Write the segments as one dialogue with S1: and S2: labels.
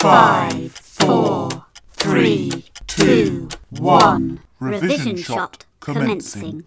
S1: Five, four, three, two, one. Revision shot commencing.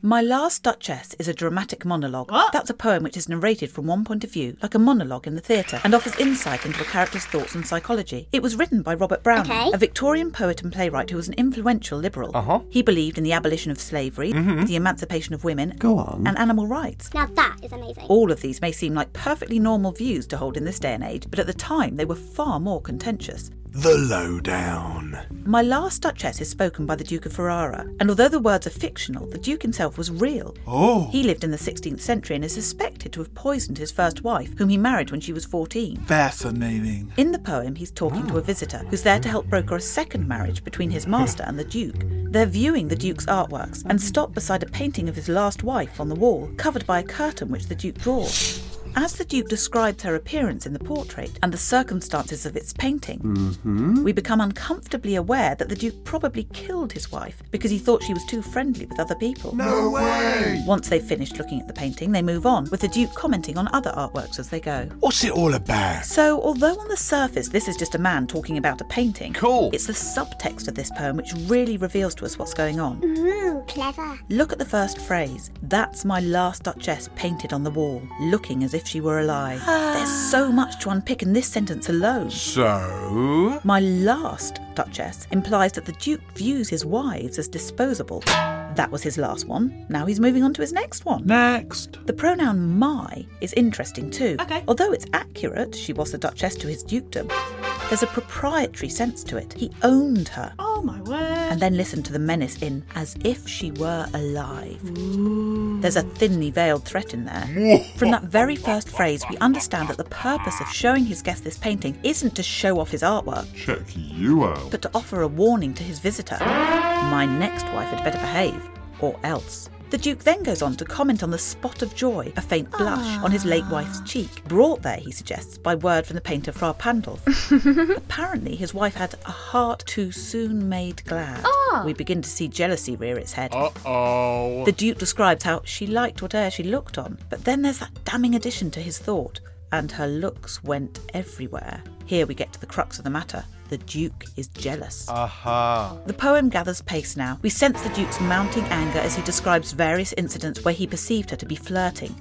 S2: My Last Duchess is a dramatic monologue.
S3: What?
S2: That's a poem which is narrated from one point of view, like a monologue in the theatre, and offers insight into a character's thoughts and psychology. It was written by Robert Browning,
S1: Okay.
S2: a Victorian poet and playwright who was an influential liberal.
S4: Uh-huh. Mm-hmm.
S2: He believed in the abolition of slavery, the emancipation of women,
S4: Go on.
S2: and animal rights.
S1: Now that is amazing.
S2: All of these may seem like perfectly normal views to hold in this day and age, but at the time they were far more contentious.
S4: The lowdown.
S2: My Last Duchess is spoken by the Duke of Ferrara, and although the words are fictional, the Duke himself was real.
S4: Oh,
S2: He lived in the 16th century and is suspected to have poisoned his first wife, whom he married when she was 14.
S4: fascinating.
S2: In the poem, he's talking to a visitor who's there to help broker a second marriage between his master and the Duke. They're viewing the Duke's artworks and stop beside a painting of his last wife on the wall, covered by a curtain which the Duke draws. As the Duke describes her appearance in the portrait and the circumstances of its painting, we become uncomfortably aware that the Duke probably killed his wife because he thought she was too friendly with other people.
S4: No way!
S2: Once they've finished looking at the painting, they move on, with the Duke commenting on other artworks as they go.
S4: What's it all about?
S2: So, although on the surface this is just a man talking about a painting,
S4: Cool.
S2: it's the subtext of this poem which really reveals to us what's going on.
S1: Ooh, clever.
S2: Look at the first phrase. That's my last duchess painted on the wall, looking as if she were alive. There's so much to unpick in this sentence alone.
S4: So,
S2: My last Duchess implies that the Duke views his wives as disposable. That was his last one. Now he's moving on to his next one.
S4: next.
S2: The pronoun my is interesting too.
S3: Okay.
S2: Although it's accurate, she was the Duchess to his dukedom, there's a proprietary sense to it. He owned her.
S3: Oh my
S2: And
S3: word.
S2: then listen to the menace in as if she were alive. There's a thinly veiled threat in there. From that very first phrase, we understand that the purpose of showing his guest this painting isn't to show off his artwork,
S5: Check you out.
S2: but to offer a warning to his visitor. My next wife had better behave, or else. The Duke then goes on to comment on the spot of joy, a faint blush, on his late wife's cheek, brought there, he suggests, by word from the painter Fra Pandolf. Apparently, his wife had a heart too soon made glad. We begin to see jealousy rear its head.
S4: Uh oh.
S2: The Duke describes how she liked whatever she looked on, but then there's that damning addition to his thought, and her looks went everywhere. Here we get to the crux of the matter. The Duke is jealous.
S4: Aha.
S2: The poem gathers pace now. We sense the Duke's mounting anger as he describes various incidents where he perceived her to be flirting.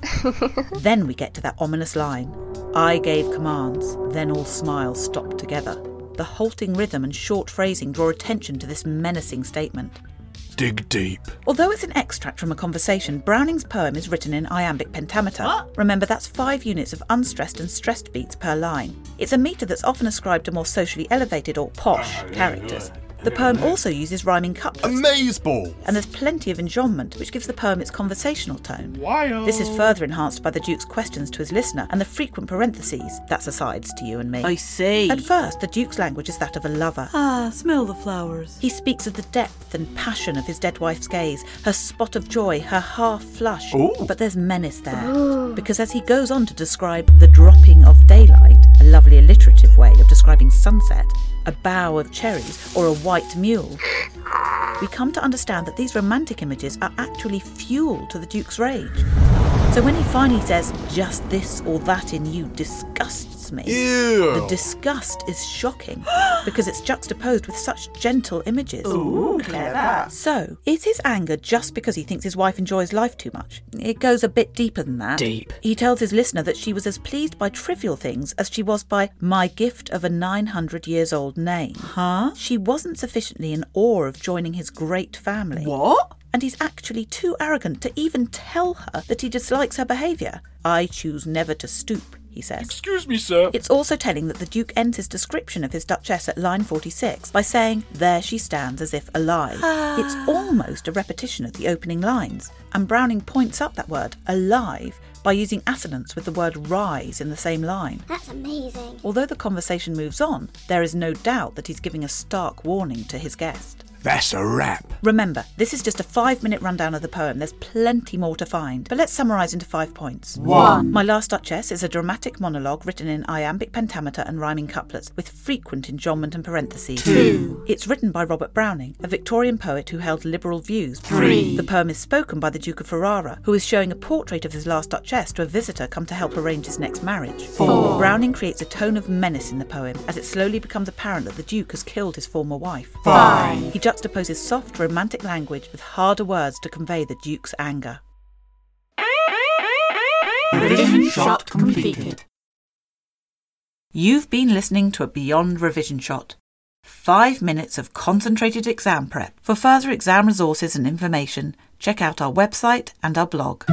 S2: then we get to that ominous line I gave commands, then all smiles stopped together. The halting rhythm and short phrasing draw attention to this menacing statement.
S4: Dig deep.
S2: Although it's an extract from a conversation, Browning's poem is written in iambic pentameter.
S3: What?
S2: Remember, that's five units of unstressed and stressed beats per line. It's a meter that's often ascribed to more socially elevated or posh characters. The poem also uses rhyming couplets,
S4: Amazeball.
S2: and there's plenty of enjambment, which gives the poem its conversational tone.
S4: Wild.
S2: This is further enhanced by the Duke's questions to his listener and the frequent parentheses. That's asides to you and me.
S3: I see.
S2: At first, the Duke's language is that of a lover.
S3: Ah, smell the flowers.
S2: He speaks of the depth and passion of his dead wife's gaze, her spot of joy, her half flush.
S4: Ooh.
S2: But there's menace there. Because as he goes on to describe the dropping of daylight, a lovely alliterative way of describing sunset, a bough of cherries, or a white mule, we come to understand that these romantic images are actually fuel to the Duke's rage. So when he finally says, just this or that in you disgusts me.
S4: Ew.
S2: The disgust is shocking because it's juxtaposed with such gentle images.
S3: Ooh, clever.
S2: So, is his anger just because he thinks his wife enjoys life too much? It goes a bit deeper than that.
S3: Deep.
S2: He tells his listener that she was as pleased by trivial things as she was by my gift of a 900 years old name. Huh? She wasn't sufficiently in awe of joining his great family.
S3: What?
S2: And he's actually too arrogant to even tell her that he dislikes her behaviour. I choose never to stoop, he says.
S4: Excuse me, sir.
S2: It's also telling that the Duke ends his description of his Duchess at line 46 by saying, There she stands as if alive. It's almost a repetition of the opening lines, and Browning points up that word, alive, by using assonance with the word rise in the same line.
S1: That's amazing.
S2: Although the conversation moves on, there is no doubt that he's giving a stark warning to his guest.
S4: That's a wrap.
S2: Remember, this is just a five minute rundown of the poem. There's plenty more to find, but let's summarise into five points.
S1: One.
S2: My Last Duchess is a dramatic monologue written in iambic pentameter and rhyming couplets, with frequent enjambment and parentheses.
S1: Two.
S2: It's written by Robert Browning, a Victorian poet who held liberal views.
S1: Three.
S2: The poem is spoken by the Duke of Ferrara, who is showing a portrait of his last Duchess to a visitor come to help arrange his next marriage.
S1: Four.
S2: Browning creates a tone of menace in the poem, as it slowly becomes apparent that the Duke has killed his former wife.
S1: Five.
S2: He juxtaposes soft, romantic language with harder words to convey the Duke's anger.
S1: Revision shot completed.
S2: You've been listening to a Beyond Revision Shot. Five minutes of concentrated exam prep. For further exam resources and information, check out our website and our blog.